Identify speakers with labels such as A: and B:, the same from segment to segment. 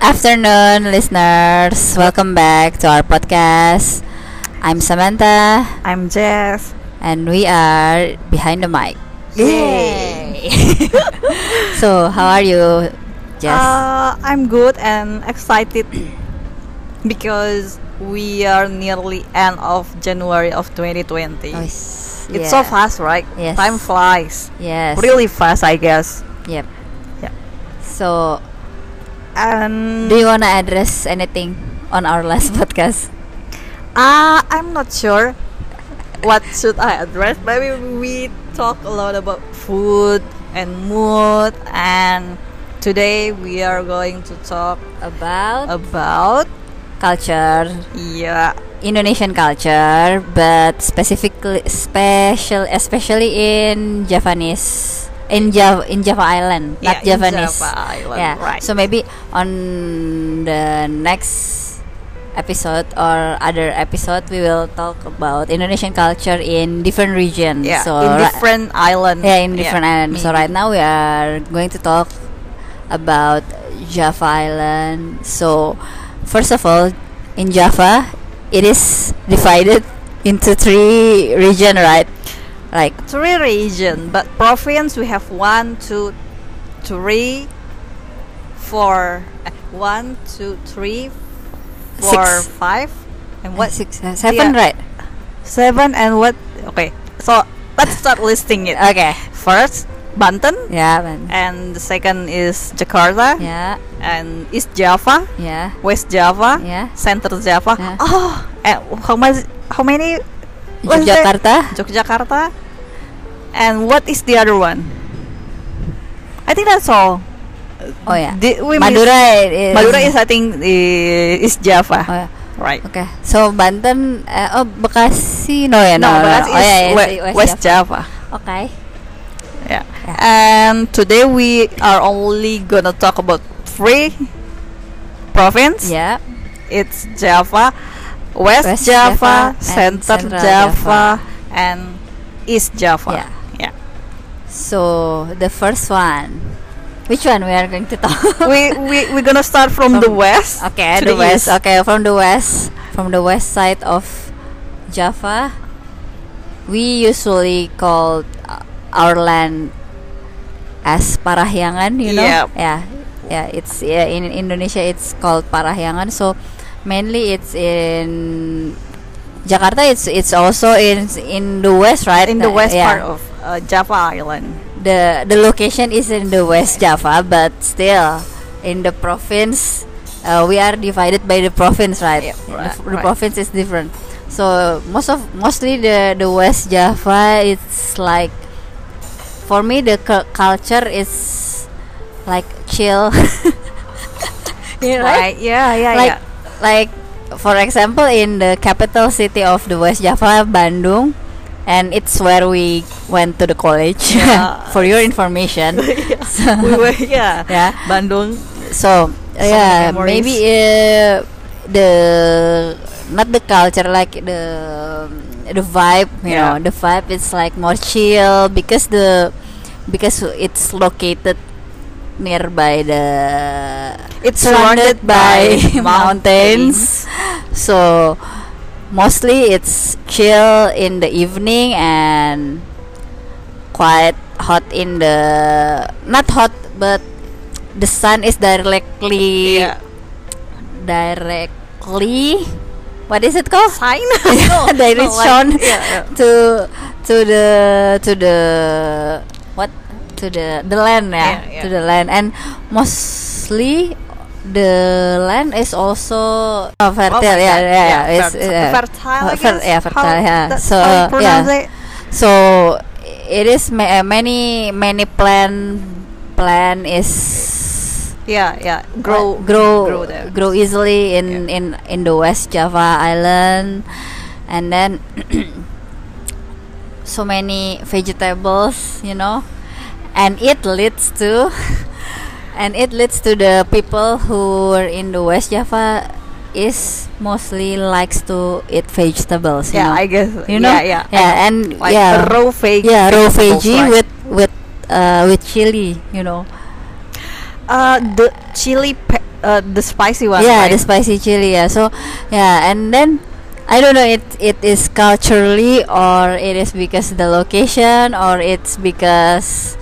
A: afternoon, listeners. Welcome back to our podcast. I'm Samantha,
B: I'm Jess.
A: and we are behind the mic.
B: Yay!
A: so, how are you, Jess?
B: Uh, I'm good and excited because we are nearly end of January of 2020.
A: Oh,
B: it's
A: yes.
B: so
A: Yeah.
B: fast, right?
A: Yes.
B: Time flies.
A: Yes.
B: Really fast, I guess.
A: Yep.
B: Yeah.
A: So,
B: And
A: do you wanna address anything on our last podcast?
B: uh, I'm not sure what should I address. Maybe we talk a lot about food and mood and today we are going to talk Uh,
A: About
B: about
A: culture,
B: yeah
A: Indonesian culture, but specifically, special, especially in Javanese, in Java, in Java Island, not
B: Yeah, in
A: Javanese.
B: Java Island,
A: yeah.
B: right.
A: So maybe on the next episode or other episode, we will talk about Indonesian culture in different regions.
B: yeah,
A: So
B: in
A: ri-
B: different island. Mm-hmm.
A: yeah, in different islands. So
B: maybe.
A: right now we are going to talk about Java Island. So first of all, in Java, it is divided into three region, right? Like
B: Three region, but province we have one, two, three, four, eh, one, two, three, four,
A: Six.
B: five, and what
A: six, uh, seven,
B: Yeah.
A: right?
B: seven and what? Okay, so let's start listing it.
A: Okay.
B: First, Banten,
A: Yeah. man.
B: and the second is Jakarta,
A: Yeah.
B: and East Java,
A: Yeah.
B: West Java,
A: Yeah.
B: Central Java.
A: Yeah.
B: Oh, and how much? How many? was that?
A: Yogyakarta.
B: Yogyakarta. And what is the other one? I think that's all.
A: Oh yeah.
B: Did we miss-
A: Madura is.
B: Madura is I think uh, is Java.
A: Oh, yeah.
B: Right.
A: Okay, so Banten, uh, oh Bekasi, no ya,
B: No,
A: no,
B: Bekasi
A: oh, yeah,
B: is
A: yeah,
B: we-
A: West,
B: West
A: Java.
B: Java.
A: Okay,
B: Yeah.
A: Yeah.
B: And today we are only gonna talk about three province.
A: yeah.
B: It's Java, West,
A: West Java,
B: Java,
A: and
B: Central
A: Central
B: Java, and East Java. Yeah.
A: So the first one, which one we are going to talk?
B: we we we're gonna start from the
A: From-
B: west.
A: okay,
B: to
A: the west.
B: east.
A: Okay, from the west, from the west side of Java, we usually call uh, our land as Parahyangan. You know,
B: Yep.
A: yeah, yeah. It's yeah, in Indonesia, it's called Parahyangan. So mainly, it's in Jakarta. It's it's also in in the west, right?
B: in the
A: Uh,
B: west
A: yeah.
B: part of uh, Java Island.
A: the the location is in the West Java, but still in the province, uh, we are divided by the province, right?
B: Yep,
A: the,
B: right,
A: f- the
B: right.
A: province is different. So most of mostly the the West Java, it's like for me the cu- culture is like chill. Yeah, right?
B: Right? Yeah, yeah,
A: like
B: yeah.
A: like for example in the capital city of the West Java, Bandung, and it's where we went to the college.
B: Yeah.
A: for your information.
B: Yeah. we were yeah.
A: yeah.
B: Bandung.
A: So
B: many
A: yeah,
B: memories.
A: maybe uh, the not the culture like the the vibe, you
B: Yeah.
A: know, the vibe is like more chill because the because it's located nearby the
B: It's surrounded by
A: mountains. So mostly it's chill in the evening and quite hot in the not hot but the sun is directly
B: Yeah.
A: directly what is it called
B: Sign.
A: directly
B: no, like-
A: shown
B: yeah, yeah.
A: to to the to the what to the the land yeah,
B: Yeah, yeah.
A: to the land and mostly the land is also oh, fertile
B: Oh,
A: yeah, yeah,
B: fertile.
A: yeah,
B: Yeah,
A: it's-
B: fertile.
A: yeah.
B: Fertile, I
A: Uh, fer-
B: guess.
A: yeah
B: How-
A: fertile yeah
B: that's
A: so
B: how you
A: uh, yeah
B: pronounce it?
A: so it is ma- uh, many many plant plant is
B: Yeah, yeah.
A: uh,
B: Grow,
A: grow
B: grow there.
A: grow easily in
B: Yeah.
A: in in the West Java island and then so many vegetables you know and it leads to and it leads to the people who are in the West Java is mostly likes to eat vegetables you
B: Yeah,
A: know?
B: I guess.
A: you know
B: Yeah, yeah.
A: yeah and
B: Like
A: yeah
B: raw veg.
A: yeah raw
B: vegetables,
A: veggie
B: right?
A: with with uh, with chili you know
B: uh, the chili pe- uh, the spicy one.
A: yeah
B: right?
A: the spicy chili yeah so yeah and then i don't know it it is culturally or it is because the location or it's because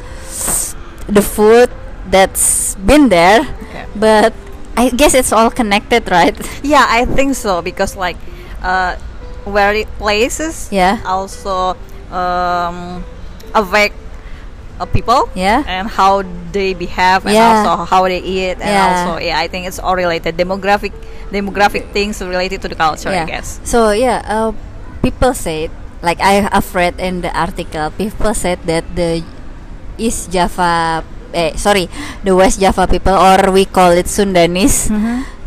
A: the food that's been there
B: Okay.
A: but i guess it's all connected right
B: Yeah, I think so because like uh, where it places
A: Yeah.
B: also um, affect uh, people
A: Yeah.
B: and how they behave and
A: Yeah.
B: also how they eat and
A: Yeah.
B: also yeah I think it's all related demographic demographic things related to the culture I guess.
A: So yeah, uh, people said like I have read in the article, people said that the East Java, eh sorry, the West Java people or we call it Sundanese.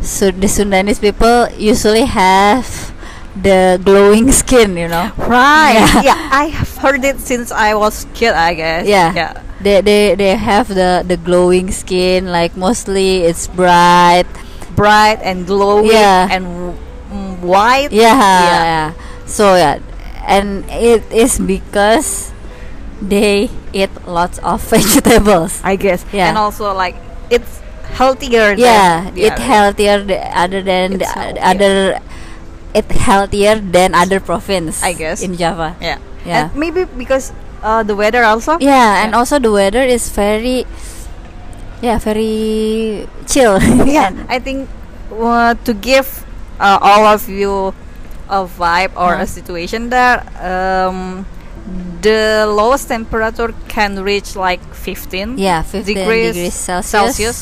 A: So the Sundanese people usually have the glowing skin, you know.
B: Right.
A: Yeah.
B: Yeah. I have heard it since I was kid I guess.
A: Yeah.
B: Yeah.
A: They they they have the the glowing skin like mostly it's bright.
B: Bright and glowing
A: Yeah.
B: and mm, white.
A: Yeah,
B: Yeah.
A: yeah. So yeah, and it is because they eat lots of vegetables.
B: I guess.
A: Yeah.
B: And also like it's healthier.
A: yeah,
B: than,
A: it healthier th- other than the
B: It's
A: o-
B: healthier.
A: other. It healthier than other province.
B: I guess.
A: in Java.
B: Yeah.
A: Yeah.
B: And maybe because uh, the weather also.
A: Yeah, and also the weather is very, yeah, very chill.
B: yeah. I think uh, to give uh, all of you a vibe or
A: Uh-huh.
B: a situation there, um, the lowest temperature can reach like 15.
A: yeah, fifteen degrees, Celsius.
B: Celsius,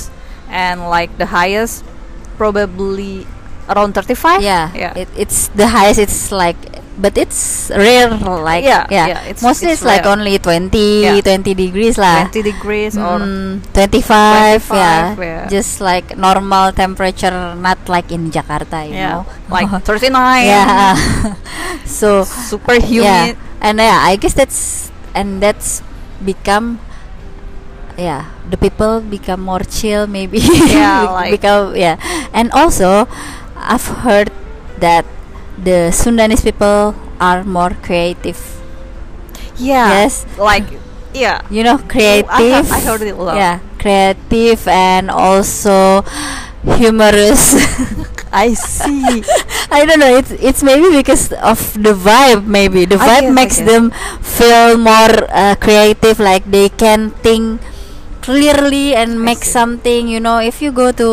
B: and like the highest probably around 35.
A: yeah,
B: Yeah.
A: It, it's the highest it's like but it's rare like
B: Yeah, yeah, it's-
A: mostly it's,
B: it's
A: like uh, only
B: rare.
A: 20
B: Yeah.
A: 20 degrees lah
B: 20 degrees or
A: Mm, 25, yeah.
B: 25, yeah.
A: just like normal temperature not like in Jakarta you know
B: yeah, like 39.
A: yeah so
B: Super
A: yeah
B: humid.
A: and yeah I guess that's and that's become yeah the people become more chill maybe
B: Yeah,
A: Bec-
B: like-
A: become yeah and also I've heard that the Sundanese people are more creative
B: Yeah.
A: Yes.
B: Like yeah.
A: you know creative
B: I have- I heard it a lot.
A: yeah creative and also humorous
B: I see.
A: I don't know. It's it's maybe because of the vibe. Maybe the
B: I
A: vibe
B: guess, I
A: makes
B: guess.
A: them feel more uh, creative. Like they can think clearly and
B: I
A: make
B: see.
A: something. You know, if you go to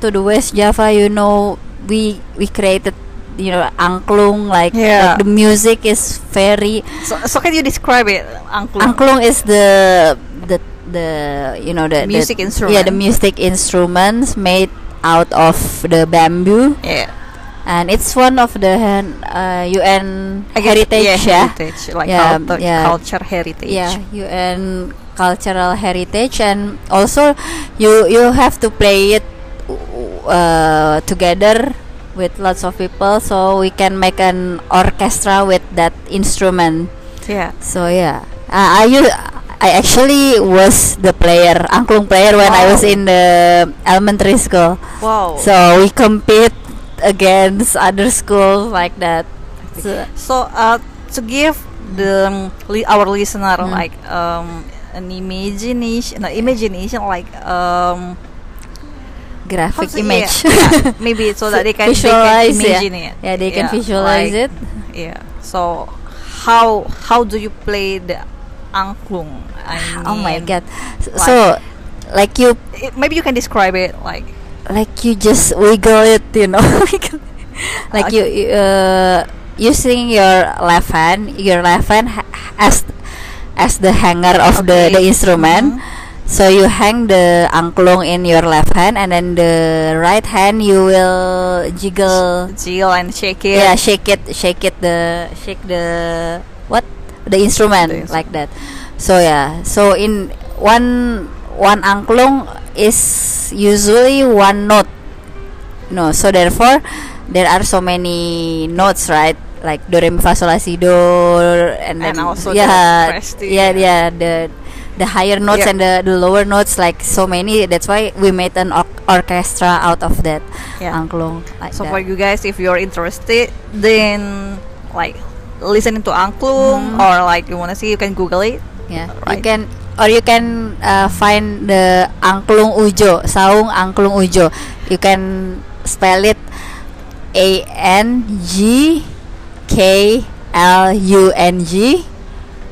A: to the West Java, you know, we we created you know angklung like,
B: Yeah.
A: like the music is very
B: so, so can you describe it, Uncle?
A: angklung is the the the you know the the-
B: Music
A: Yeah, the
B: instrument.
A: music instruments made out of the bamboo
B: Yeah.
A: and it's one of the uh, UN
B: I guess,
A: heritage
B: Yeah.
A: yeah,
B: Heritage. Like
A: Yeah,
B: cultu-
A: yeah.
B: culture heritage.
A: yeah UN cultural heritage and also you you have to play it uh, together with lots of people so we can make an orchestra with that instrument
B: Yeah.
A: so yeah uh, I u- I actually was the player angklung player when I was
B: Wow.
A: in the elementary school
B: Wow.
A: so we compete against other schools like that. So,
B: So uh, to give the um, li- our listener
A: Mm-hmm.
B: like um, an imagination, no, imagination like um, how
A: graphic
B: to-
A: image.
B: yeah, yeah, maybe so that they can they can
A: Visualize, yeah.
B: imagine it.
A: Yeah, they can visualize it.
B: Yeah. So how how do you play the angklung? I
A: oh my
B: mean,
A: god. S- So like you
B: it- maybe you can describe it like
A: like you just wiggle it, you know. like you you, uh, using your left hand, your left hand ha- as as the hanger of the the
B: Okay.
A: instrument. So you hang the angklung in your left hand and then the right hand you will jiggle
B: chill and shake it.
A: Uh, yeah Iya, shake it shake it the shake the what the instrument
B: The instrument.
A: like that so yeah so in one one angklung is usually one note no so therefore there are so many notes right like do re mi fa sol la si do and then
B: And also the
A: yeah
B: crest,
A: yeah
B: yeah.
A: yeah the the higher notes
B: Yeah.
A: and the, the lower notes like so many that's why we made an or- orchestra out of that
B: Yeah.
A: angklung like
B: So
A: that.
B: for you guys, if you're interested, then
A: Mm.
B: like listening to angklung or like you wanna see, you can Google it.
A: Yeah, Ya, you
B: Right.
A: can or you can uh, find the angklung ujo saung angklung ujo you can spell it a n g k l u n g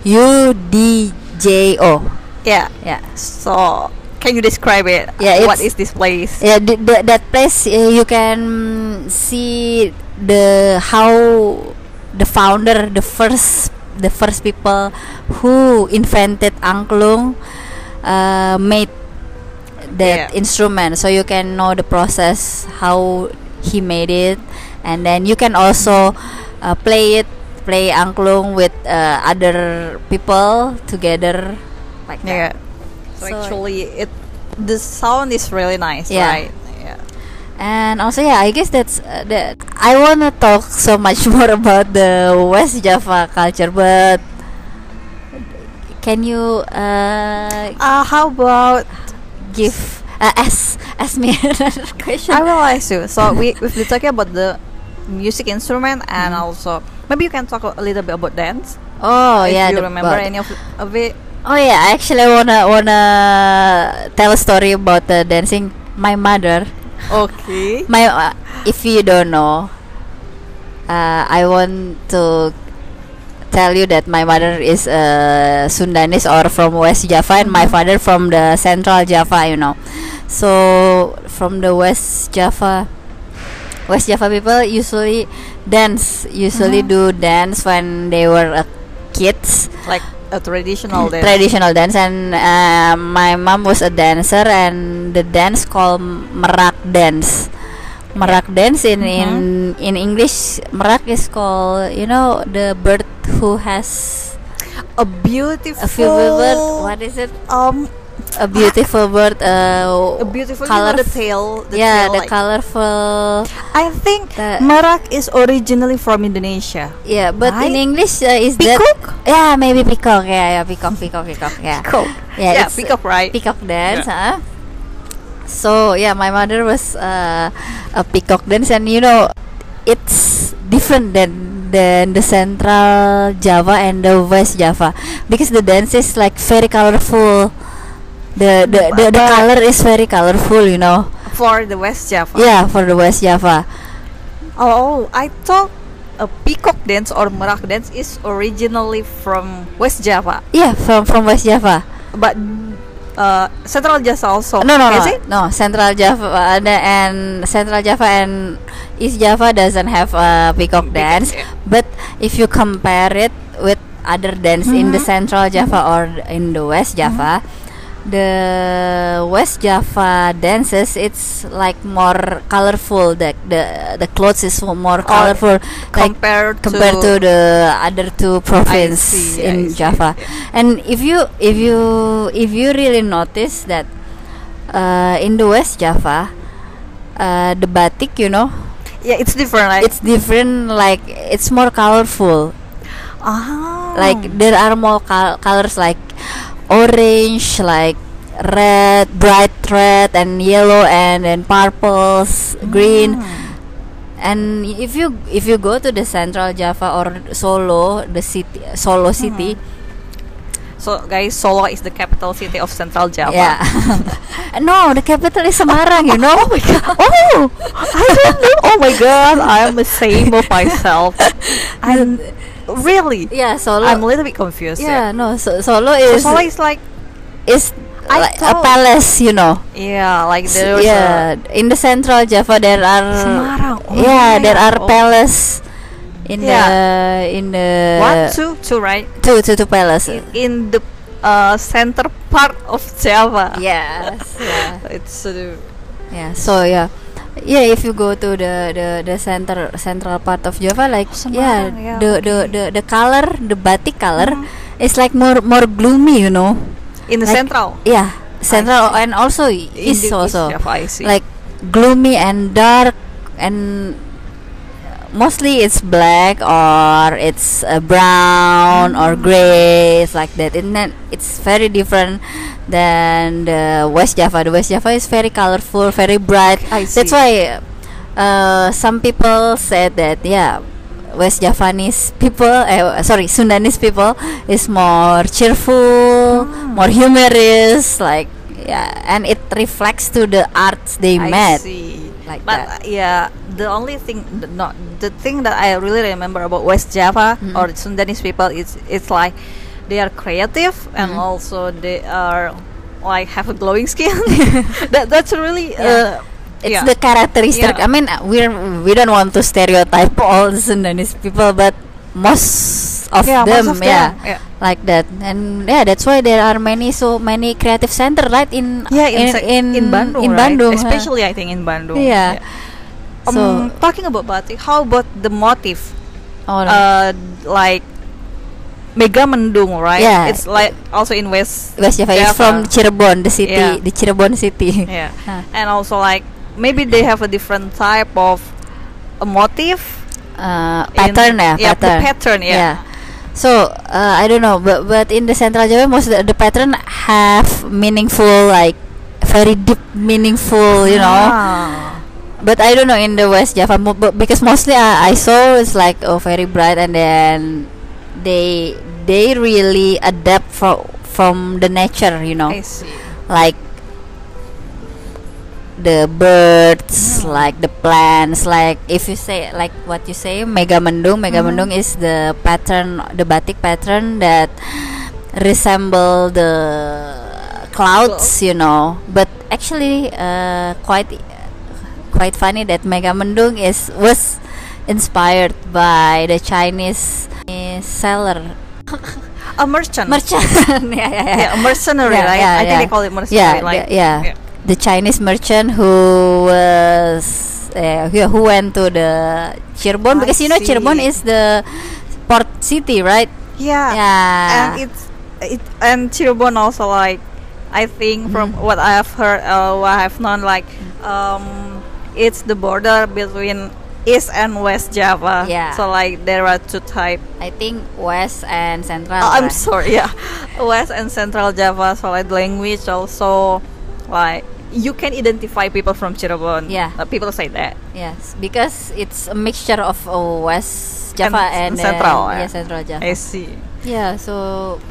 A: u d j o Ya.
B: Yeah.
A: yeah
B: So, can you describe it?
A: Yeah,
B: what
A: it's-
B: is this place?
A: yeah th- th- that place uh, you can see the how the founder the first the first people who invented angklung uh, made that
B: Yeah.
A: instrument so you can know the process how he made it and then you can also uh, play it play angklung with uh, other people together like that
B: Yeah. So, actually, it the sound is really nice,
A: Yeah.
B: right? Yeah.
A: And also, yeah, I guess that's uh, that. I wanna talk so much more about the West Java culture, but can you uh,
B: Uh, how about
A: give uh, ask ask me another question?
B: I will ask you. So we we've been talking about the music instrument and
A: Mm-hmm.
B: also maybe you can talk a little bit about dance.
A: oh
B: if
A: yeah,
B: you
A: the
B: remember
A: bird.
B: any of, of it.
A: Oh yeah, I actually wanna wanna tell a story about the dancing. My mother,
B: Okay.
A: my uh, if you don't know, uh, I want to tell you that my mother is uh, Sundanese or from West Java and my father from the Central Java, you know. So from the West Java, West Java people usually dance, usually do dance when they were uh, kids
B: Like a traditional dance.
A: traditional dance and uh, my mom was a dancer and the dance called merak dance merak dance in in
B: Mm-hmm.
A: in english merak is called you know the bird who has
B: a beautiful
A: a beautiful bird what is it
B: um
A: a beautiful bird uh,
B: a beautiful you know,
A: color
B: the tail. The
A: yeah
B: tail,
A: the
B: like-
A: colorful
B: I think
A: the-
B: Merak is originally from Indonesia.
A: yeah but in
B: Right?
A: english uh, is
B: Peacock?
A: that yeah maybe peacock yeah yeah peacock peacock peacock yeah
B: Cool.
A: Yeah,
B: Yeah,
A: it's-
B: peacock, right?
A: peacock dance
B: Ya.
A: huh? so yeah my mother was uh, a peacock dance and you know it's different than than the central java and the west java because the dance is like very colorful the the, the, the color is very colorful you know
B: For the West Java.
A: yeah for the west java
B: Oh, I thought a peacock dance or merak dance is originally from West Java,
A: yeah from from west java
B: but uh, Central Java also.
A: no no
B: Oh, is
A: no
B: it?
A: no central java uh, and, and central java and east java doesn't have a peacock dance
B: yeah.
A: but if you compare it with other dance in the
B: Mm-hmm.
A: central java or in the west java
B: Mm-hmm.
A: the west java dances it's like more colorful the the, the clothes is
B: Oh,
A: more colorful like
B: compared
A: compared to,
B: to,
A: the other two province
B: see, I
A: in
B: see,
A: Java. And if you if you if you really notice that uh, in the West Java, uh, the batik you know
B: yeah, it's different. Right?
A: it's different. Like it's more colorful.
B: ah,
A: Like there are more col- colors like orange, like red, bright red, and yellow, and then purples, green.
B: Hmm. Mm.
A: And if you if you go to the Central Java or Solo, the city Solo
B: Hmm.
A: city,
B: so guys, Solo is the capital city of Central Java.
A: yeah. no, the capital is Semarang, you know. Oh my god. Oh,
B: I don't know. Oh my god, I'm ashamed of myself. I'm really.
A: yeah, Solo.
B: I'm a little bit confused.
A: yeah,
B: Yeah.
A: no, so, Solo
B: So
A: is
B: Solo is like
A: is
B: I
A: like a
B: thought-
A: palace, you know.
B: yeah, like
A: S-
B: there's a-
A: yeah, in the Central Java there are
B: Semarang. Oh Iya.
A: yeah,
B: my
A: there are
B: God.
A: palace in
B: Yeah.
A: the in the
B: one, two, two, right?
A: two two Uh, two palace.
B: in, in the uh, center part of Java.
A: Yes. yeah.
B: It's uh,
A: Yeah, so yeah, yeah. If you go to the the the center central part of Java, like yeah,
B: Oh, Semarang, ya, Hmm. yeah,
A: the the the the color, the batik color, is like more more gloomy, you know.
B: in the
A: Like-
B: central.
A: Yeah, central and also
B: In
A: east
B: the East
A: also
B: Java, I see.
A: like gloomy and dark and mostly it's black or it's uh, brown or
B: Mm-hmm.
A: gray it's like that and then it's very different than the west java the west java is very colorful very bright
B: I
A: that's
B: see.
A: Eh, why uh, some people said that yeah West Javanese people, eh, sorry, Sundanese people is more cheerful,
B: Hmm.
A: more humorous, like yeah, and it reflects to the arts they
B: I
A: met.
B: see.
A: like
B: but
A: that.
B: uh, yeah, the only thing, the, not the thing that I really remember about West Java
A: Mm.
B: or Sundanese people is it's like they are creative and
A: Mm.
B: also they are like have a glowing skin. that that's really
A: Yeah.
B: uh,
A: It's
B: yeah.
A: the characteristic.
B: Yeah.
A: I mean, uh, we're we don't want to stereotype all the Sundanese people, but most of
B: Yeah,
A: them,
B: most of
A: yeah,
B: them, yeah.
A: like that. And yeah, that's why there are many so many creative center right in
B: yeah
A: Ya, in
B: in,
A: in,
B: Bandung,
A: in
B: right?
A: Bandung, huh?
B: especially I think in Bandung.
A: Yeah. Iya.
B: Um,
A: So-
B: talking about batik, how about the motif?
A: Oh, no.
B: Uh, like Mega Mendung, right?
A: Yeah.
B: It's like also in West
A: West Java is ya, from Cirebon, the city,
B: Yeah.
A: the Cirebon city. Nah,
B: Yeah.
A: Huh.
B: And also like maybe they have a different type of a motif.
A: Uh,
B: In-
A: pattern ya,
B: yeah, the
A: pattern. Iya.
B: pattern, yeah.
A: So uh, I don't know, but but in the Central Java, most of the, the pattern have meaningful like very deep meaningful, you know.
B: Ah.
A: But I don't know in the West Java mo- but because mostly uh, I, I saw it's like oh very bright and then they they really adapt from from the nature, you know.
B: I see.
A: like the birds like the plants like if you say like what you say megamendung megamendung is the pattern the batik pattern that resemble the clouds you know but actually uh, quite quite funny that megamendung is was inspired by the chinese uh, seller
B: A merchant.
A: merchant yeah, yeah, yeah.
B: Yeah, a mercenary,
A: Yeah,
B: right?
A: yeah,
B: I think
A: yeah.
B: they call it mercenary.
A: yeah, the,
B: like,
A: yeah.
B: yeah.
A: the Chinese merchant who was uh, who who went to the Cirebon
B: I
A: because you know Cirebon
B: see.
A: is the port city, right?
B: Yeah.
A: yeah.
B: Ah, And it's it and Cirebon also like I think
A: Mm-hmm.
B: from what I have heard uh, what I have known like um it's the border between East and West Java.
A: Yeah.
B: So like there are two type
A: I think West and Central.
B: Oh, I'm
A: right?
B: sorry. Yeah, West and Central Java solid language also like you can identify people from Cirebon.
A: Yeah.
B: Uh, people say that.
A: Yes, because it's a mixture of uh, West Java and,
B: And Central,
A: uh,
B: yeah.
A: yeah, Central Java.
B: I see.
A: Yeah, so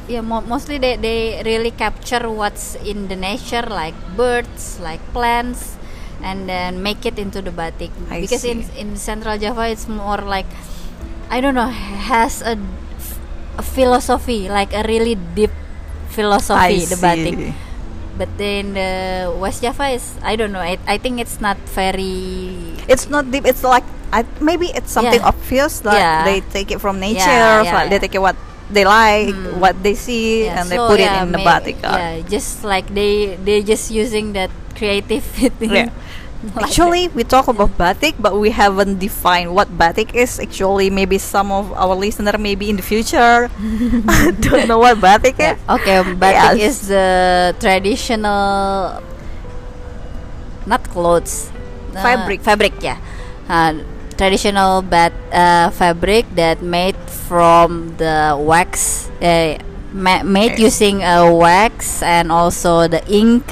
A: yeah, mo- mostly they, they really capture what's in the nature, like birds, like plants, and then make it into the batik.
B: I
A: because in in Central Java, it's more like I don't know, has a, a philosophy, like a really deep
B: I
A: philosophy, the
B: see.
A: batik. But then the West Java is I don't know. I, I think it's not very
B: It's not deep. It's like I, maybe it's something
A: Yeah.
B: obvious that
A: Yeah.
B: they take it from nature.
A: yeah,
B: like They
A: yeah.
B: take it what they like,
A: Mm.
B: what they see,
A: Yeah,
B: and they
A: so
B: put
A: yeah,
B: it in the
A: may-
B: batik. uh, art.
A: Yeah, just like they they just using that creativity.
B: Yeah.
A: Like
B: Actually, we talk about batik, but we haven't defined what batik is. Actually, maybe some of our listener, maybe in the future, don't know what batik
A: that.
B: is.
A: Yeah. Okay, batik
B: Yes.
A: is the traditional not clothes. uh,
B: Fabric.
A: fabric, yeah. Uh, traditional bat uh, fabric that made from the wax uh, ma- made
B: Okay.
A: using a wax and also the ink.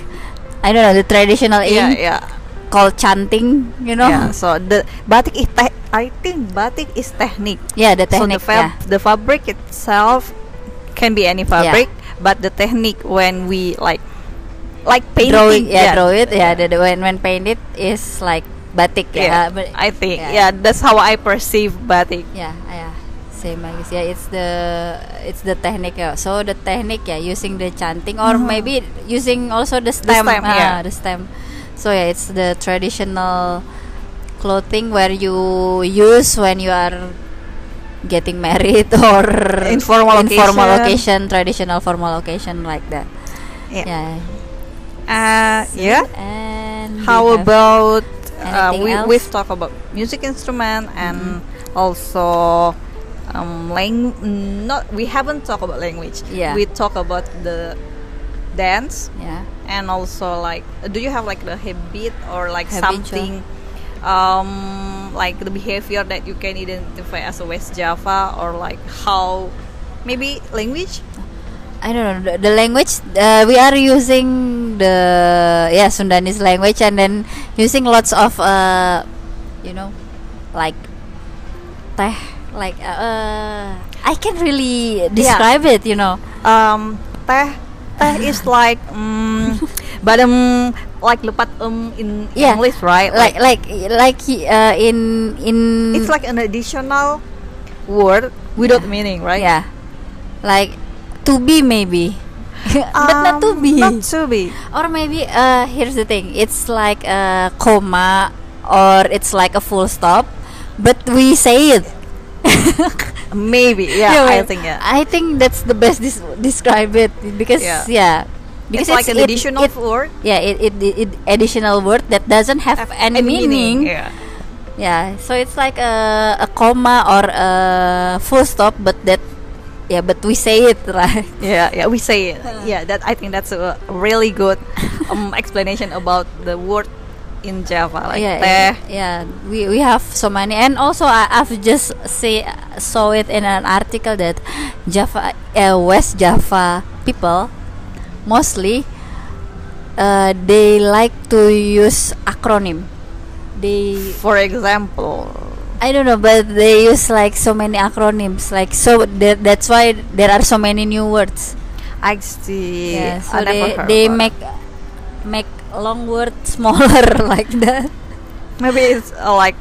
A: I don't know the traditional
B: Yeah,
A: ink
B: yeah.
A: called chanting, you know.
B: Yeah, so the batik is te- I think batik is technique.
A: Yeah, the
B: so the,
A: technique.
B: fab-
A: yeah.
B: the fabric itself can be any fabric, but the technique when we like like painting, ya. Iya.
A: Draw it, yeah, draw it, yeah. The, the, ya, when when painted is like batik, ya.
B: Yeah,
A: yeah. but-
B: I think
A: yeah.
B: yeah. that's how I perceive batik.
A: yeah, yeah. ya, Same, I guess. Yeah, it's the it's the technique. Yeah. So the technique, yeah, using the chanting or maybe using also the stem,
B: Hmm. stem, iya.
A: ah,
B: yeah.
A: the stem. So yeah, it's the traditional clothing where you use when you are getting married or
B: Informal
A: informal occasion,
B: occasion.
A: traditional formal occasion like that.
B: Yeah.
A: yeah.
B: Uh, yeah.
A: And
B: How
A: we have-
B: about uh,
A: anything
B: we
A: else? Mm-hmm.
B: we've talked about music instrument and also um lang- not we haven't talked about language.
A: Yeah.
B: We talk about the dance
A: yeah.
B: and also like do you have like the habit or like
A: Habitual.
B: something um like the behavior that you can identify as a West Java or like how maybe language
A: I don't know the, the language uh, we are using the yeah Sundanese language and then using lots of uh, you know like teh like uh, uh, I can really describe it, you know.
B: um, teh teh is like um, badem like lepat um in
A: Yeah.
B: English right
A: Like like like uh, in in
B: it's like mm. an additional word without meaning right
A: yeah, like to be maybe, but not to
B: Um,
A: be.
B: not to be
A: or maybe uh, here's the thing, it's like a comma or it's like a full stop, but we say it.
B: maybe
A: Yeah,
B: yeah, I
A: well,
B: think yeah
A: I think that's the best dis- describe it because
B: Yeah.
A: yeah, because
B: it's like an
A: it-
B: additional
A: it-
B: word
A: yeah it, it, it additional word that doesn't have,
B: have
A: any, meaning. Yeah.
B: yeah
A: so it's like a, a comma or a full stop, but that yeah, but we say it right.
B: yeah yeah we say it. yeah that I think that's a really good um, explanation about the word in Java
A: Oh,
B: like
A: yeah,
B: teh
A: yeah, yeah. We we have so many, and also I, I've just say saw it in an article that Java uh, West Java people mostly uh, they like to use acronym. They
B: for example
A: I don't know, but they use like so many acronyms, like so that that's why there are so many new words.
B: I see
A: Yeah, so
B: I never
A: they
B: heard
A: they
B: about it.
A: make make long word smaller like that.
B: maybe it's uh, like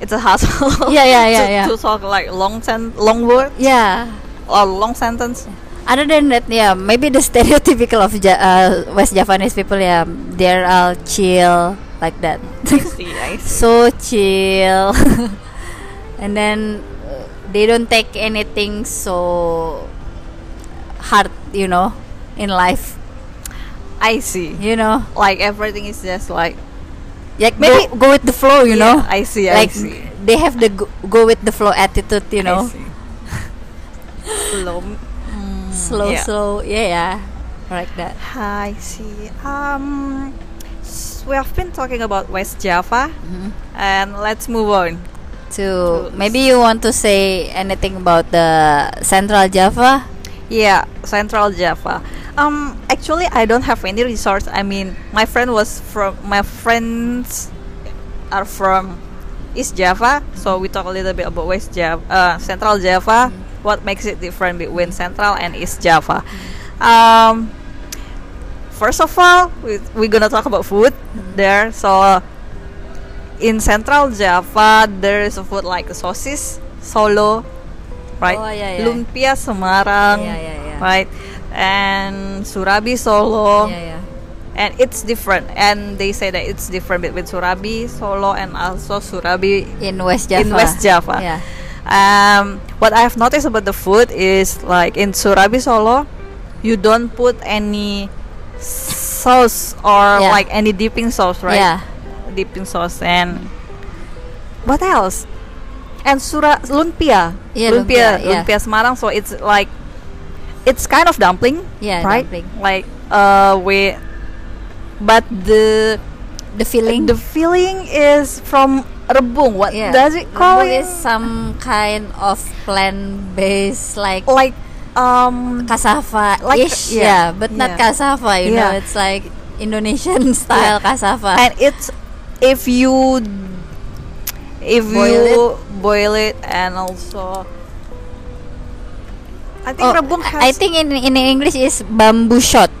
B: it's a hassle.
A: Yeah, yeah, yeah,
B: to,
A: yeah.
B: to talk like long sen- long word
A: Yeah.
B: or long sentence.
A: other than that yeah maybe the stereotypical of ja- uh, west japanese people yeah they're all chill like that
B: I see, I see.
A: so chill and then uh, they don't take anything so hard you know in life
B: I see.
A: you know
B: Like everything is just like
A: like
B: Maybe-
A: go, go with the flow Oh, you know
B: I see,
A: like
B: I see.
A: they have the go, go with the flow attitude you
B: I
A: know
B: see. slow. Mm,
A: slow
B: yeah.
A: slow yeah yeah like that
B: I see. Um, s- we have been talking about West Java,
A: Mhm.
B: and let's move on.
A: to
B: To-
A: maybe you want to say anything about the central java
B: Yeah, Central Java. Um, actually, I don't have any resource. I mean, my friend was from my friends are from East Java, so we talk a little bit about West Java, uh, Central Java. What makes it different between Central and East Java? Um, first of all, we, we're gonna talk about food there. So in Central Java, there is a food like sausage, solo, right?
A: Oh, yeah, yeah.
B: Lumpia Semarang,
A: Yeah, yeah, yeah.
B: right? And Surabi Solo,
A: yeah yeah
B: and it's different. And they say that it's different between Surabi Solo and also Surabi
A: in west java
B: in West Java.
A: yeah
B: Um, what I've noticed about the food is like in Surabi Solo, you don't put any sauce or
A: Yeah.
B: like any dipping sauce, right?
A: yeah
B: Dipping sauce and what else? And Sura lumpia,
A: Yeah,
B: lumpia,
A: Iya, lumpia, yeah.
B: lumpia Semarang. So it's like it's kind of dumpling,
A: Yeah,
B: right?
A: Iya, dumpling.
B: Like uh, we, but the
A: the feeling
B: the feeling is from rebung. What
A: yeah.
B: does it call?
A: Lumbung
B: it?
A: is some kind of plant based like
B: like um
A: cassava
B: Oh. Like-
A: ish yeah,
B: yeah,
A: but not
B: yeah.
A: cassava you know
B: Yeah.
A: it's like indonesian style cassava
B: and it's if you if
A: Boil
B: you boil it and also I think
A: Oh,
B: rebung has
A: I think in in English is bamboo shot.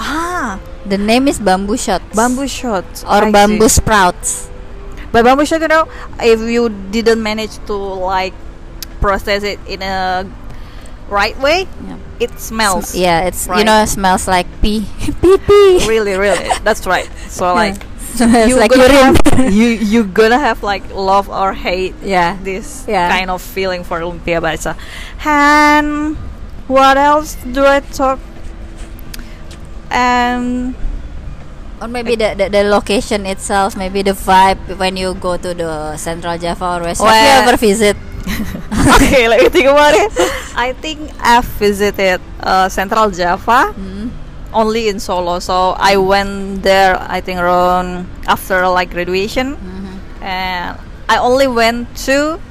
B: ah
A: The name is bamboo shot.
B: bamboo shoots
A: or
B: I
A: bamboo
B: see.
A: sprouts.
B: but bamboo shoot you know if you didn't manage to like process it in a right way
A: Yeah.
B: it smells
A: Sm- yeah, it's you
B: right?
A: know smells like pee pee pee.
B: really really that's right so like
A: smells like
B: gonna
A: urine.
B: have, you you gonna have like love or hate
A: yeah.
B: this
A: Yeah.
B: kind of feeling for lumpia balsa. And what else do I talk? Um, And
A: Or maybe the, the the location itself, maybe the vibe when you go to the Central Java or West. Have you
B: Well-
A: ever visit?
B: okay, let me think about it. I think I've visited uh, Central Java
A: Hmm.
B: only in Solo, so I went there. I think around after like graduation,
A: Mhm.
B: Mm-hmm. and I only went to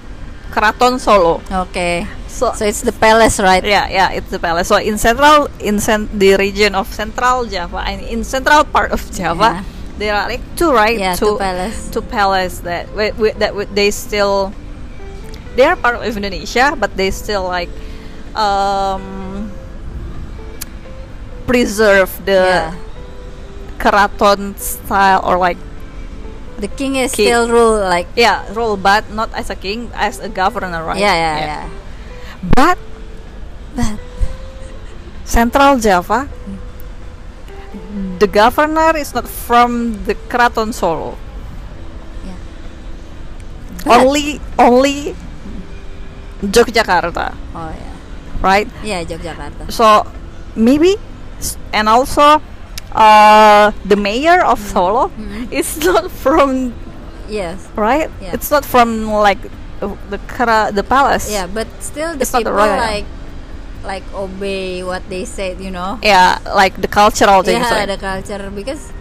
B: Keraton Solo.
A: Okay.
B: So
A: So it's the palace, right?
B: Yeah, yeah, it's the palace. So in central, in cen- the region of central Java and in central part of Java,
A: Yeah.
B: there are like two right,
A: Yeah, two palace.
B: two palace that we, we, that we, they still they are part of Indonesia, but they still like um, preserve the
A: Yeah.
B: keraton style or like
A: The king is
B: King.
A: still rule like
B: yeah rule, but not as a king, as a governor, right?
A: yeah, yeah, yeah.
B: But Central Java, the governor is not from the Kraton Solo.
A: Yeah.
B: Only only Yogyakarta,
A: Oh yeah.
B: right?
A: Yeah, Yogyakarta.
B: So maybe s- and also uh, the mayor of Solo
A: Mhm.
B: is not from
A: Yes.
B: right?
A: Yeah.
B: It's not from like uh, the Kra- the palace.
A: Yeah, but still the
B: It's not the
A: people
B: royal.
A: like like obey what they said, you know.
B: Yeah, like the cultural things.
A: yeah,
B: like-
A: the Ya, culture because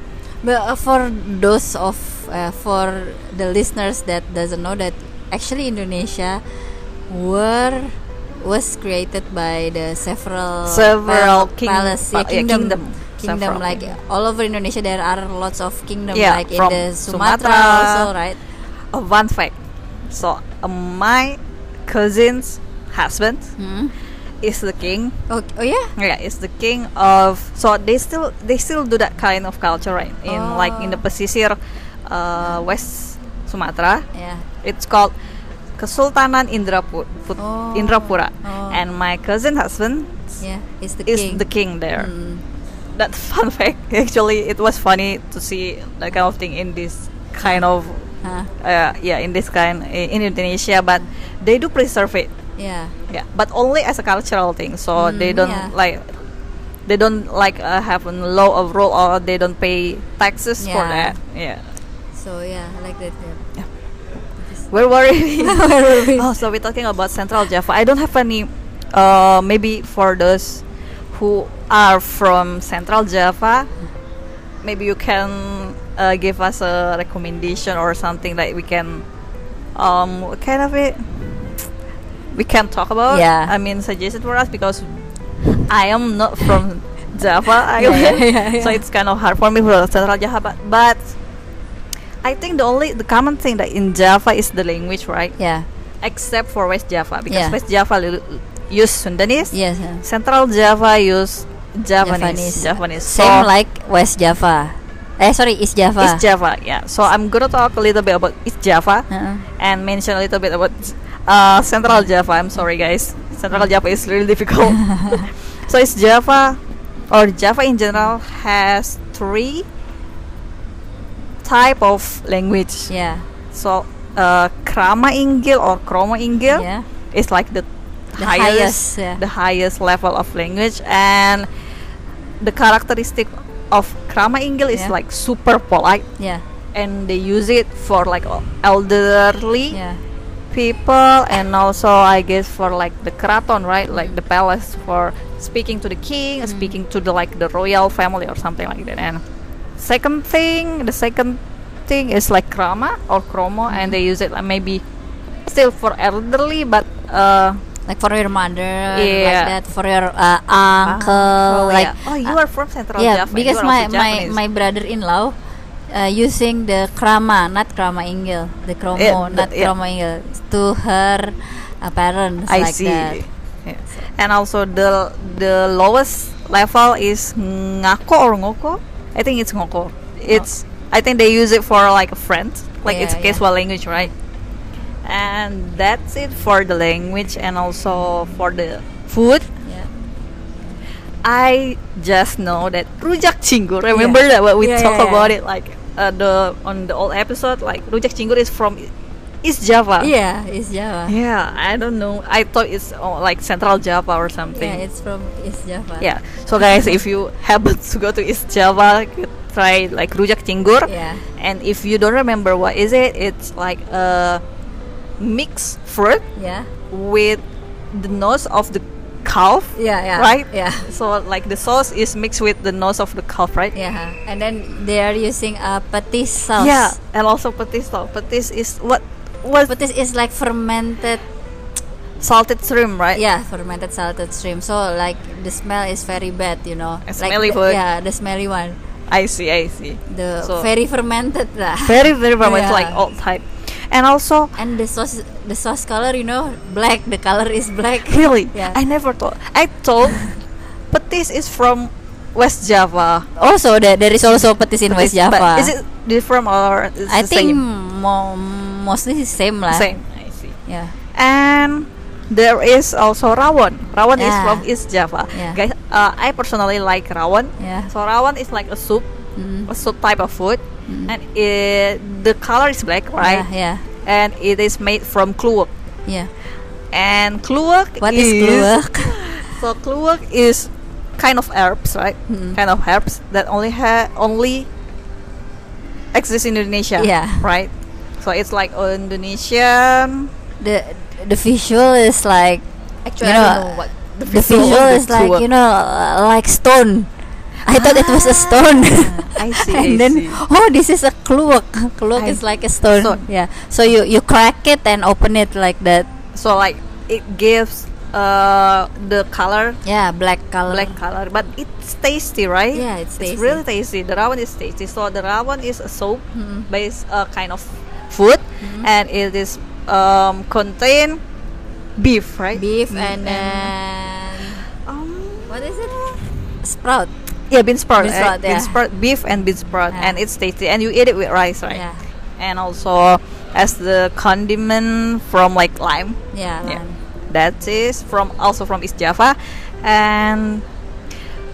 A: but uh, for those of uh, for the listeners that doesn't know that actually Indonesia were was created by the several
B: Several
A: pal-
B: king-
A: palace yeah,
B: pa- yeah,
A: kingdom
B: kingdom.
A: kingdom,
B: Several,
A: like
B: yeah.
A: all over Indonesia there are lots of kingdom
B: Yeah,
A: like in
B: from
A: the Sumatra,
B: Sumatra.
A: also right
B: Uh, one fact. So uh, my cousin's husband
A: hmm?
B: is the king.
A: oh, oh yeah
B: Yeah, is the king of. So they still they still do that kind of culture right in like in the
A: Oh.
B: pesisir uh, West Sumatra.
A: yeah
B: It's called Kesultanan Indrapu- Put-
A: Oh.
B: Indrapura,
A: Oh.
B: and my cousin husband
A: yeah it's the
B: is
A: king
B: the king there.
A: Mm.
B: That fun fact. Actually, it was funny to see that kind of thing in this kind of
A: Huh?
B: uh, yeah in this kind in Indonesia but they do preserve it
A: yeah
B: yeah but only as a cultural thing so
A: Mm,
B: they don't
A: yeah.
B: like they don't like uh, have a law of rule or they don't pay taxes for
A: Yeah.
B: that yeah
A: so yeah like that yeah.
B: where were we
A: Where were we?
B: oh so we're talking about Central Java I don't have any uh, maybe for those who are from Central Java maybe you can uh, give us a recommendation or something that we can um what kind of it we can talk about
A: Yeah.
B: i mean suggested for us because i am not from java I
A: Yeah,
B: mean,
A: yeah, yeah, yeah.
B: so it's kind of hard for me for central java but, but i think the only the common thing that in java is the language right
A: yeah
B: except for west java because
A: Yeah.
B: west java li- use sundanese
A: yes yeah.
B: central java use javanese
A: Javanese.
B: javanese,
A: Same
B: So-
A: like West Java. Eh sorry, East Java.
B: East Java, yeah. So I'm gonna talk a little bit about East Java
A: Uh-uh.
B: and mention a little bit about uh, Central Java. I'm sorry, guys. Central Java is really difficult. so East Java or Java in general has three type of language.
A: Yeah.
B: So uh, Krama Inggil or Kromo Inggil
A: Yeah.
B: is like the,
A: The highest, yeah.
B: the highest level of language and the characteristic of Krama Inggil is
A: Yeah.
B: like super polite
A: Yeah.
B: and they use it for like o- elderly
A: Yeah.
B: people and also I guess for like the kraton right like the palace for speaking to the king speaking to the like the royal family or something like that and second thing the second thing is like krama or kromo and they use it like maybe still for elderly but uh
A: Like for your mother,
B: Yeah.
A: like that for your uh, uncle,
B: oh,
A: like
B: yeah. oh you are from central
A: Uh, yeah,
B: Java you
A: because
B: are
A: my
B: also
A: my
B: Japanese.
A: my brother-in-law uh, using the krama, not krama inggil, the kromo,
B: Yeah,
A: not
B: the- yeah.
A: krama inggil to her uh, parents
B: I
A: like
B: see.
A: that.
B: Yeah. And also the the lowest level is ngako or ngoko. I think it's ngoko. It's I think they use it for like a friend, like it's
A: Yeah, yeah.
B: casual language, right? And that's it for the language and also for the food.
A: Yeah.
B: I just know that rujak chingur. Remember that what we
A: Yeah,
B: talk
A: yeah, yeah.
B: about it like uh, the on the old episode like rujak chingur is from East Java.
A: Yeah, East Java.
B: Yeah, I don't know. I thought it's oh, like Central Java or something.
A: Yeah, it's from East Java.
B: Yeah. So guys, if you happen to go to East Java, try like rujak chingur.
A: Yeah.
B: And if you don't remember what is it, it's like a mixed fruit
A: Yeah.
B: with the nose of the calf.
A: Yeah, yeah.
B: Right.
A: Yeah.
B: So like the sauce is mixed with the nose of the calf, right?
A: Yeah, and then they are using uh, a patis sauce.
B: Yeah. And also petis tau. Petis is what was
A: patis is like fermented.
B: salted shrimp, right?
A: Yeah, fermented salted shrimp. So like the smell is very bad, you know. like
B: A smelly
A: the-
B: food.
A: Yeah, the smelly one.
B: I see. I see.
A: The
B: So-
A: very fermented lah.
B: very very much
A: Yeah.
B: like old type and also
A: and the sauce the sauce color you know black the color is black
B: really
A: Yeah.
B: I never thought I thought petis is from West Java
A: also the, there is also petis in West
B: Petis, but
A: Java
B: is it different or is
A: I
B: the
A: think
B: same?
A: mo- mostly same lah
B: same I see
A: yeah
B: and there is also rawon rawon is
A: Yeah.
B: from East Java
A: Yeah.
B: guys uh, I personally like rawon
A: yeah
B: so rawon is like a soup
A: Mm.
B: a soup type of food
A: Mm.
B: and it, the color is black right
A: yeah
B: and it is made from kluwak
A: yeah, yeah.
B: and kluwak
A: what is kluwak
B: so kluwak is kind of herbs right
A: Mm.
B: kind of herbs that only ha- only exists in Indonesia
A: Yeah.
B: right so it's like Indonesian
A: the the visual is like
B: actually
A: you
B: I
A: know,
B: don't know what
A: the visual is like you know uh, like stone I thought it was a stone
B: Ah, I Ah. see,
A: and
B: I
A: then
B: see.
A: oh this is a kluwak kluwak
B: I-
A: is like a stone
B: Stone.
A: yeah so you you crack it and open it like that
B: so like it gives uh the color
A: yeah black color
B: black color but it's tasty right
A: Yeah, it's tasty.
B: really tasty the rawon is tasty so the rawon is a soup
A: Mm.
B: based uh, kind of food
A: Mm-hmm.
B: and it is um contain beef right Mm-hmm.
A: beef and uh, then
B: um,
A: what is it sprout
B: yeah bean sprout
A: Bean
B: right?
A: sprout,
B: Bean
A: yeah.
B: sprout, beef and bean sprout
A: Yeah.
B: and it's tasty and you eat it with rice right
A: yeah
B: and also as the condiment from like lime
A: yeah,
B: Yeah.
A: lime.
B: Um, That is from also from East Java, and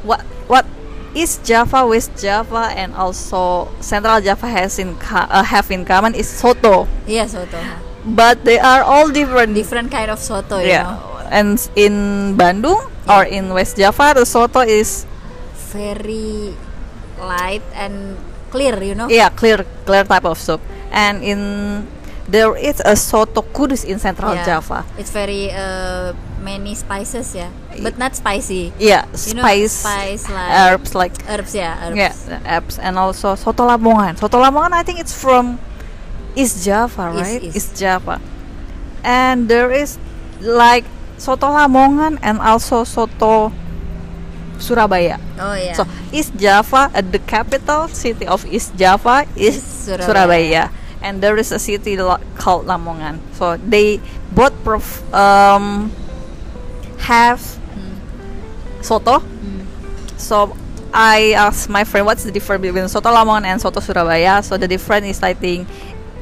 B: what what East Java, West Java, and also Central Java has in co- uh, have in common is soto,
A: yeah soto
B: but they are all different.
A: different kind of soto you
B: yeah,
A: know
B: and s- in Bandung or in West Java, the soto is
A: very light and clear you know
B: yeah clear clear type of soup, and in there is a soto kudus in Central
A: Yeah.
B: Java.
A: It's very uh, many spices ya,
B: Y-
A: but not spicy.
B: Yeah,
A: You know,
B: spice,
A: spice like-
B: herbs like
A: Herbs ya, herbs.
B: Yeah, the Iya, apps and also soto Lamongan. Soto Lamongan, I think it's from East Java,
A: East,
B: right?
A: East.
B: Java. And there is like soto Lamongan and also soto Surabaya.
A: Oh ya.
B: So East Java, uh, the capital city of East Java is
A: Is
B: Surabaya.
A: Surabaya.
B: and there is a city lo- called Lamongan. So they both prof- um, have
A: Hmm.
B: soto. So I asked my friend what's the difference between soto Lamongan and soto Surabaya. So the difference is I think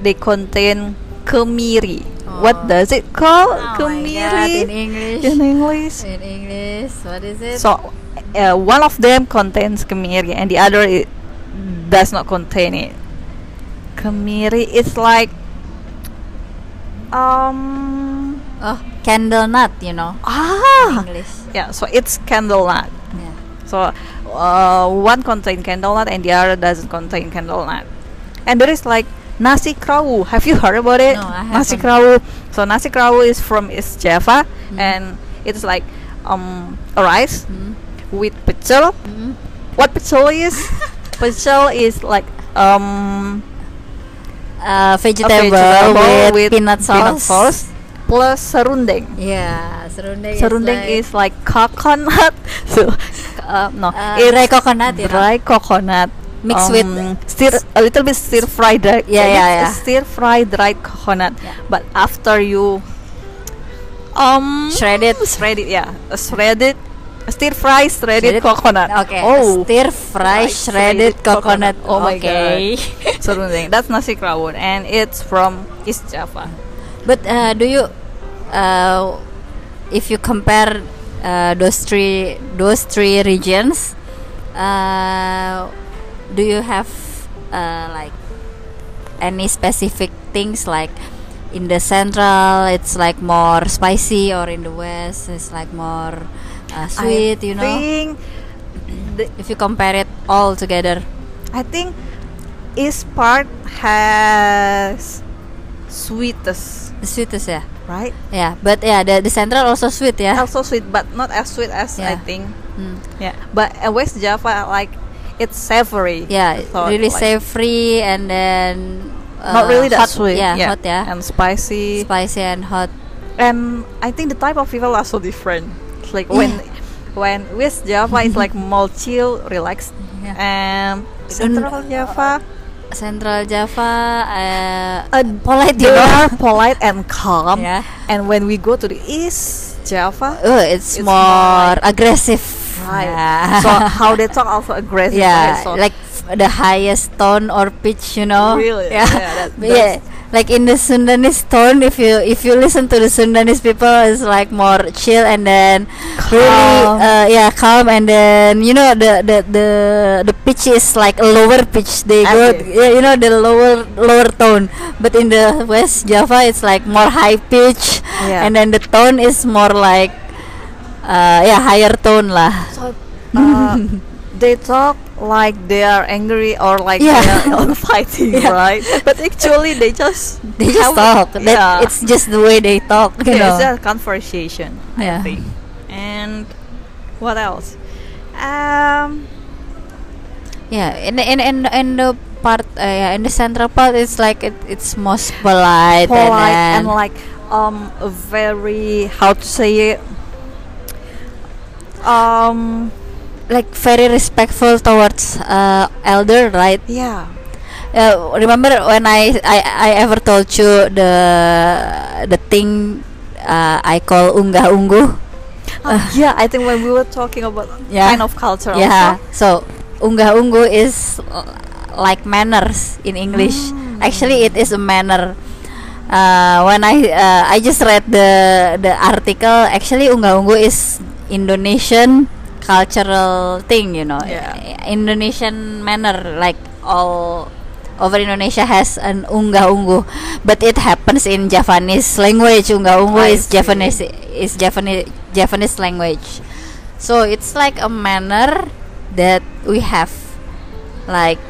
B: they contain kemiri. What
A: Oh.
B: does it call
A: Oh my God, in
B: kemiri
A: English.
B: in English?
A: In English, what is it?
B: So uh, one of them contains kemiri and the other it
A: Hmm.
B: does not contain it. Kemiri is like um
A: oh, candle nut, you know.
B: ah
A: English.
B: yeah so it's candle nut.
A: Yeah.
B: So uh, one contain candle nut and the other doesn't contain candle nut. And there is like nasi krawu. Have you heard about it?
A: No, I
B: nasi
A: haven't.
B: krawu. So nasi krawu is from East Java
A: Mm.
B: and it's like um a rice
A: Mm.
B: with pecel
A: Mm.
B: what pecel is? pecel is like um
A: Uh,
B: a
A: vegetable, with, peanut sauce.
B: plus serundeng.
A: Yeah, serundeng.
B: Serundeng is like, coconut. so uh, no,
A: Uh,
B: it's
A: dry coconut, you know?
B: Dry coconut um,
A: Mixed with
B: stir a little bit stir fried. Dry,
A: Yeah, yeah, yeah.
B: Stir fried dried coconut,
A: Yeah.
B: but after you um
A: Shred it.
B: shred it, yeah, shredded, stir fry
A: Shredded-
B: shredded coconut.
A: Okay.
B: Oh,
A: Stir fry shredded, coconut.
B: Oh my
A: okay.
B: god. Serundeng. That's nasi krawun and it's from East Java.
A: But uh, do you, uh, if you compare uh, those three those three regions, uh, do you have uh, like any specific things like in the central it's like more spicy or in the west it's like more uh, sweet,
B: I
A: you know?
B: think the,
A: If you compare it all together,
B: I think East part has sweetest,
A: the sweetest ya,
B: right?
A: yeah. But yeah, the, the central also sweet ya.
B: Also sweet, but not as sweet as
A: Uh-huh.
B: I
A: Yeah.
B: think.
A: Hmm.
B: Yeah. But uh, West Java like it's savory.
A: yeah
B: So,
A: really
B: like,
A: savory and then uh,
B: Not really that
A: hot,
B: sweet.
A: yeah, hot yeah
B: And spicy.
A: spicy and hot
B: and I think the type of people are so different. It's Like when when West Java is like more chill, relaxed,
A: Yeah.
B: and Central Java
A: Central Java uh,
B: Uh,
A: polite
B: They
A: you know.
B: are polite and calm.
A: Yeah.
B: And when we go to the East Java,
A: Uh, it's,
B: It's
A: more
B: more
A: aggressive.
B: right?
A: Yeah.
B: So how they talk also aggressive.
A: yeah,
B: right? So
A: like f- the highest tone or pitch, you know.
B: Really?
A: Yeah.
B: Yeah, that-
A: But yeah, Like in the Sundanese tone, if you if you listen to the Sundanese people, it's like more chill and then really
B: Calm.
A: uh, yeah calm and then you know the the the the pitch is like a lower pitch. They go
B: Okay.
A: yeah, you know the lower lower tone. But in the West Java, it's like more high pitch
B: Yeah.
A: and then the tone is more like uh, yeah higher tone lah.
B: So, uh, they talk like they are angry or like
A: Yeah.
B: they are fighting,
A: Yeah.
B: right? But actually, they just
A: they just
B: have-
A: talk. That-
B: yeah.
A: It's just the way they talk, you
B: Yeah,
A: know.
B: it's a conversation. I
A: Yeah.
B: think. And what else? Um,
A: yeah, in the- in in in the part uh, yeah, in the central part, it's like it, it's most polite,
B: polite
A: and,
B: and,
A: then-
B: like um a very how to say it um
A: like very respectful towards uh, elder, right?
B: yeah
A: Uh, remember when I, I I ever told you the the thing uh, I call unggah ungguh?
B: Ah, yeah i think when we were talking about
A: Uh-huh. Yeah.
B: kind of culture
A: Yeah.
B: also,
A: So unggah ungguh is l- like manners in English.
B: Hmm.
A: Actually, it is a manner. Uh, when I uh, I just read the the article, actually unggah ungguh is Indonesian cultural thing, you know,
B: Yeah.
A: Indonesian manner. Like all over Indonesia has an unggah ungguh, but it happens in Javanese language. Unggah ungguh
B: I
A: is
B: see.
A: Javanese is Japanese Japanese language. So it's like a manner that we have like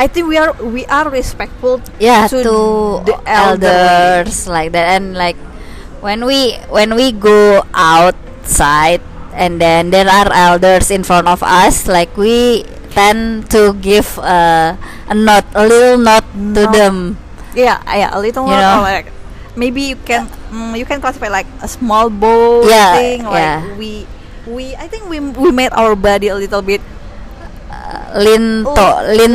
B: i think we are we are respectful
A: yeah to,
B: to, the elderly.
A: elders like that and like when we when we go outside and then there are elders in front of us like we tend to give uh, a nod a little nod to
B: Nod.
A: them
B: yeah yeah a little
A: You
B: more
A: know?
B: or like maybe you can mm, you can classify like a small bowl
A: Yeah,
B: thing like
A: yeah.
B: we we i think we we made our body a little bit
A: lean to
B: Oh,
A: lean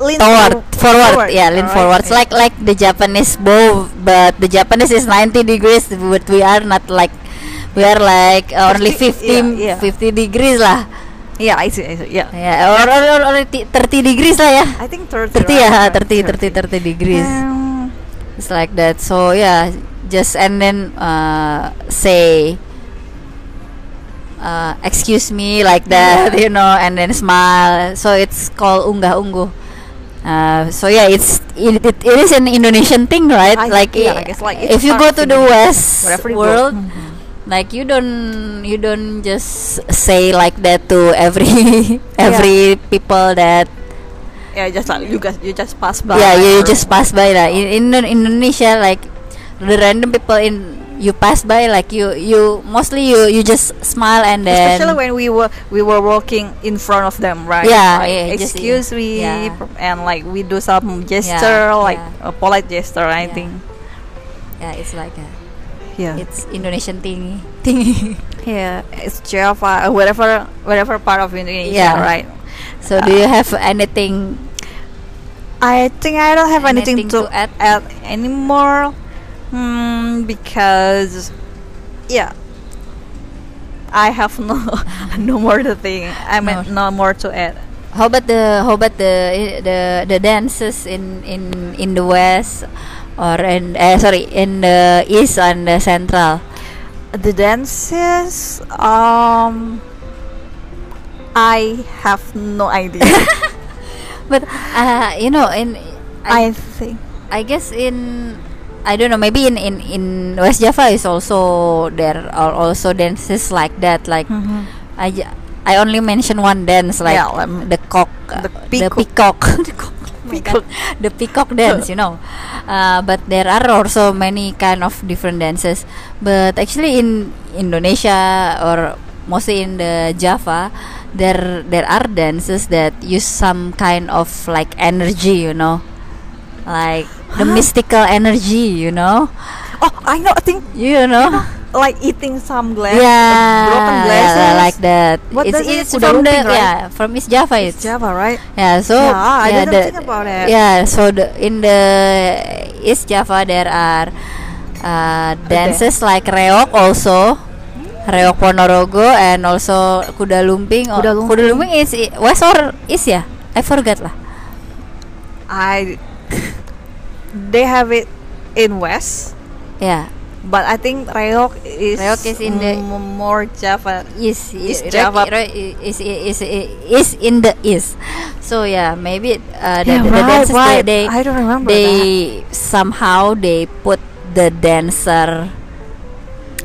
B: Lean
A: toward
B: to-
A: forward
B: forward, Oh,
A: yeah lean
B: alright,
A: forward It's
B: yeah.
A: like like the Japanese bow but the Japanese is 90 degrees but we are not like we are like uh, only 50
B: Fifty, yeah, yeah.
A: 50 degrees lah
B: yeah i see, I see yeah
A: yeah or, or, or, or ti- 30 degrees lah ya
B: i think 30
A: 30
B: right?
A: ya
B: Right,
A: 30 30 30 degrees
B: Um,
A: it's like that so yeah just and then uh, say uh, excuse me like that you know and then smile so it's called unggah ungguh uh, so yeah it's it, it, it is an Indonesian thing right
B: I-
A: like,
B: yeah,
A: i-
B: I guess, like, it
A: if you go to
B: starts in
A: the
B: Indonesia,
A: west
B: wherever you go.
A: world
B: Mhm.
A: like you don't you don't just say like that to every every people that
B: yeah just like you guys you just pass by
A: yeah, you
B: or-
A: just pass by lah. In, in Indonesia, like the random people in you pass by, like you you mostly you you just smile and then
B: especially when we were we were walking in front of them right
A: Yeah,
B: Like,
A: yeah, just-
B: excuse me
A: yeah.
B: and like we do some gesture like
A: yeah.
B: a polite gesture i
A: Yeah.
B: think
A: yeah, it's like a,
B: yeah
A: it's Indonesian thingy thingy.
B: yeah it's java whatever whatever part of indonesia
A: Yeah.
B: right
A: so do you have anything?
B: i think i don't have anything,
A: Anything
B: to,
A: to add?
B: add anymore Hmm, because yeah i have no no more to think i mean no more to add
A: How about the how about the the the dances in in in the west or in eh, sorry in the east and the central?
B: the dances um i have no idea
A: But uh, you know in
B: i think
A: I guess in I don't know maybe in in in West Java is also there are also dances like that like
B: Mm-hmm.
A: I ju- I only mention one dance like
B: Hmm. Yeah, um,
A: the cock
B: the
A: uh,
B: peacock.
A: the peacock the, cock, oh my God. The peacock dance you know uh, but there are also many kind of different dances but actually in Indonesia or mostly in the Java there there are dances that use some kind of like energy you know like the mystical energy you know
B: oh i know i think
A: you know
B: like eating some glass,
A: yeah,
B: broken glasses.
A: like that.
B: What
A: it's
B: does it-
A: it's
B: kuda
A: from the
B: lumping, right?
A: yeah from East Java.
B: It's
A: It's
B: Java, right?
A: yeah. Ya, So
B: Yeah, I
A: yeah,
B: didn't
A: the-
B: think about it.
A: Yeah, so the, in the East Java there are uh, dances like reok also. Reok Ponorogo and also kuda lumping.
B: Kuda lumping.
A: is i- West or East ya? I forgot lah.
B: I they have it in West,
A: Yeah,
B: but I think Reok is
A: Reok is in the-
B: m- more Java.
A: East,
B: East
A: Rocky-
B: Java.
A: Ro- is, is, is, is in the east. So yeah, maybe uh, the,
B: Yeah,
A: the, the
B: right,
A: dancers
B: right.
A: they, they
B: I don't remember
A: they somehow they put the dancer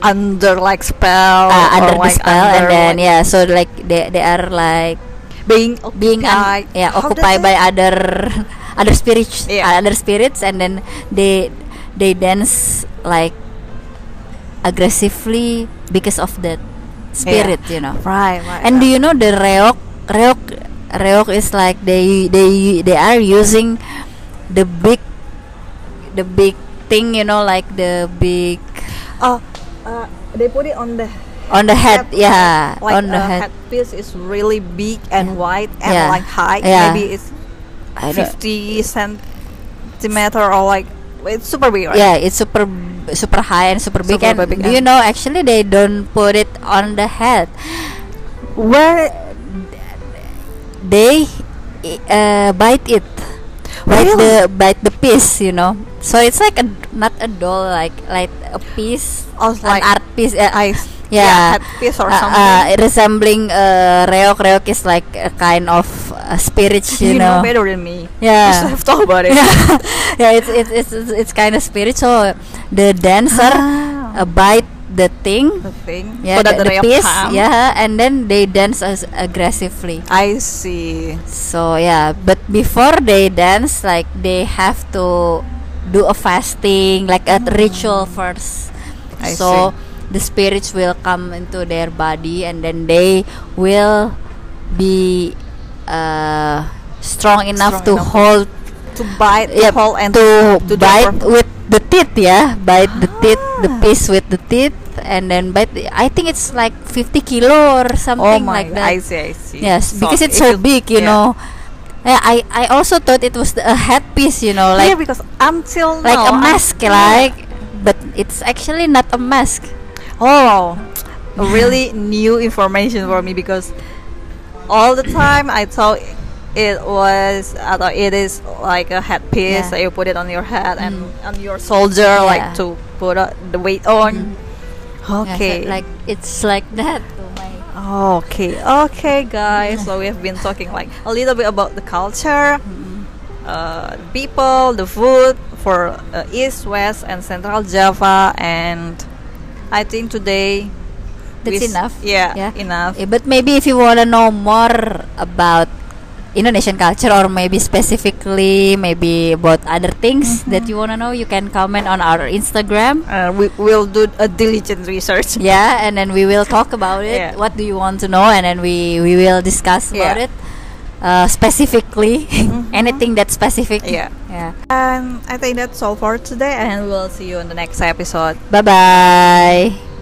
B: Under like spell,
A: uh,
B: Oh, or
A: under the
B: like
A: spell and
B: under,
A: then
B: like,
A: yeah, so like they they are like
B: being
A: being un- yeah
B: How does
A: occupied
B: it-
A: by other other spirits uh,
B: Yeah.
A: other spirits and then they they dance like aggressively because of that spirit you know
B: Right, right.
A: And do you know the reok? Reok, reok is like they they they are using the big, the big thing. You know, like the big
B: Oh, uh, they put it on the
A: on the head. yeah,
B: like
A: on the
B: uh,
A: head.
B: piece is really big and wide and
A: Yeah.
B: like high.
A: Yeah.
B: Maybe it's
A: I don't-
B: fifty centimeter or like it's super big, right?
A: Yeah, it's super super high and super big.
B: Super
A: and
B: big,
A: do
B: yeah.
A: you know actually they don't put it on the head.
B: Where
A: They uh, bite it. Bite
B: Really?
A: the bite the piece, you know. So it's like a not a doll, like like a piece,
B: Oh, it's
A: an
B: like
A: art piece, uh,
B: I
A: yeah,
B: headpiece or
A: Uh,
B: something.
A: uh, resembling uh, reok reok is like a kind of uh, spirit you,
B: you know. better than me.
A: Yeah.
B: You should have thought about it.
A: yeah, yeah it's, it's it's it's it's kind of spirit so the dancer uh,
B: Ah.
A: bite the thing
B: the thing.
A: yeah
B: so that
A: the,
B: the,
A: the piece
B: come.
A: yeah and then they dance as aggressively
B: I see.
A: so yeah but before they dance like they have to do a fasting like a ritual first
B: I
A: so the spirits will come into their body and then they will be uh, strong enough
B: Strong
A: to
B: enough.
A: hold
B: To bite,
A: yeah,
B: to hold, and
A: to,
B: to do
A: bite
B: perf-
A: with the teeth yeah bite the teeth the
B: Ah.
A: piece with the teeth and then bite i think it's like 50 kilo or
B: Oh
A: something
B: my!
A: like that
B: I see. I see.
A: Yes,
B: So
A: because it's
B: if
A: so
B: you-
A: big, you
B: yeah.
A: know. Yeah, I I also thought it was the- a headpiece, you know,
B: yeah,
A: like
B: because until
A: like
B: now,
A: a
B: I'm-
A: mask,
B: yeah.
A: like. But it's actually not a mask.
B: oh, really new information for me because all the time I thought it was I thought it is like a headpiece
A: Yeah.
B: that you put it on your head and
A: Mm.
B: on your shoulder
A: Yeah.
B: like
A: Mm-hmm.
B: to put uh, the weight on.
A: Yeah, so
B: Okay.
A: like it's like that. Oh my.
B: Okay, okay, guys. So we have been talking like a little bit about the culture, uh, people, the food for uh, East, West, and Central Java, and I think today we
A: That's
B: s-
A: enough.
B: Yeah,
A: Yeah.
B: enough.
A: Eh, But maybe if you wanna know more about Indonesian culture or maybe specifically maybe about other
B: Mm-hmm.
A: things that you wanna know, you can comment on our Instagram.
B: Uh, we will do a diligent research.
A: yeah and then we will talk about it
B: Yeah.
A: what do you want to know and then we we will discuss about
B: Yeah. Mm-hmm.
A: it uh, specifically anything that's specific
B: Yeah.
A: yeah
B: And I think that's all for today, and we'll see you in the next episode.
A: bye bye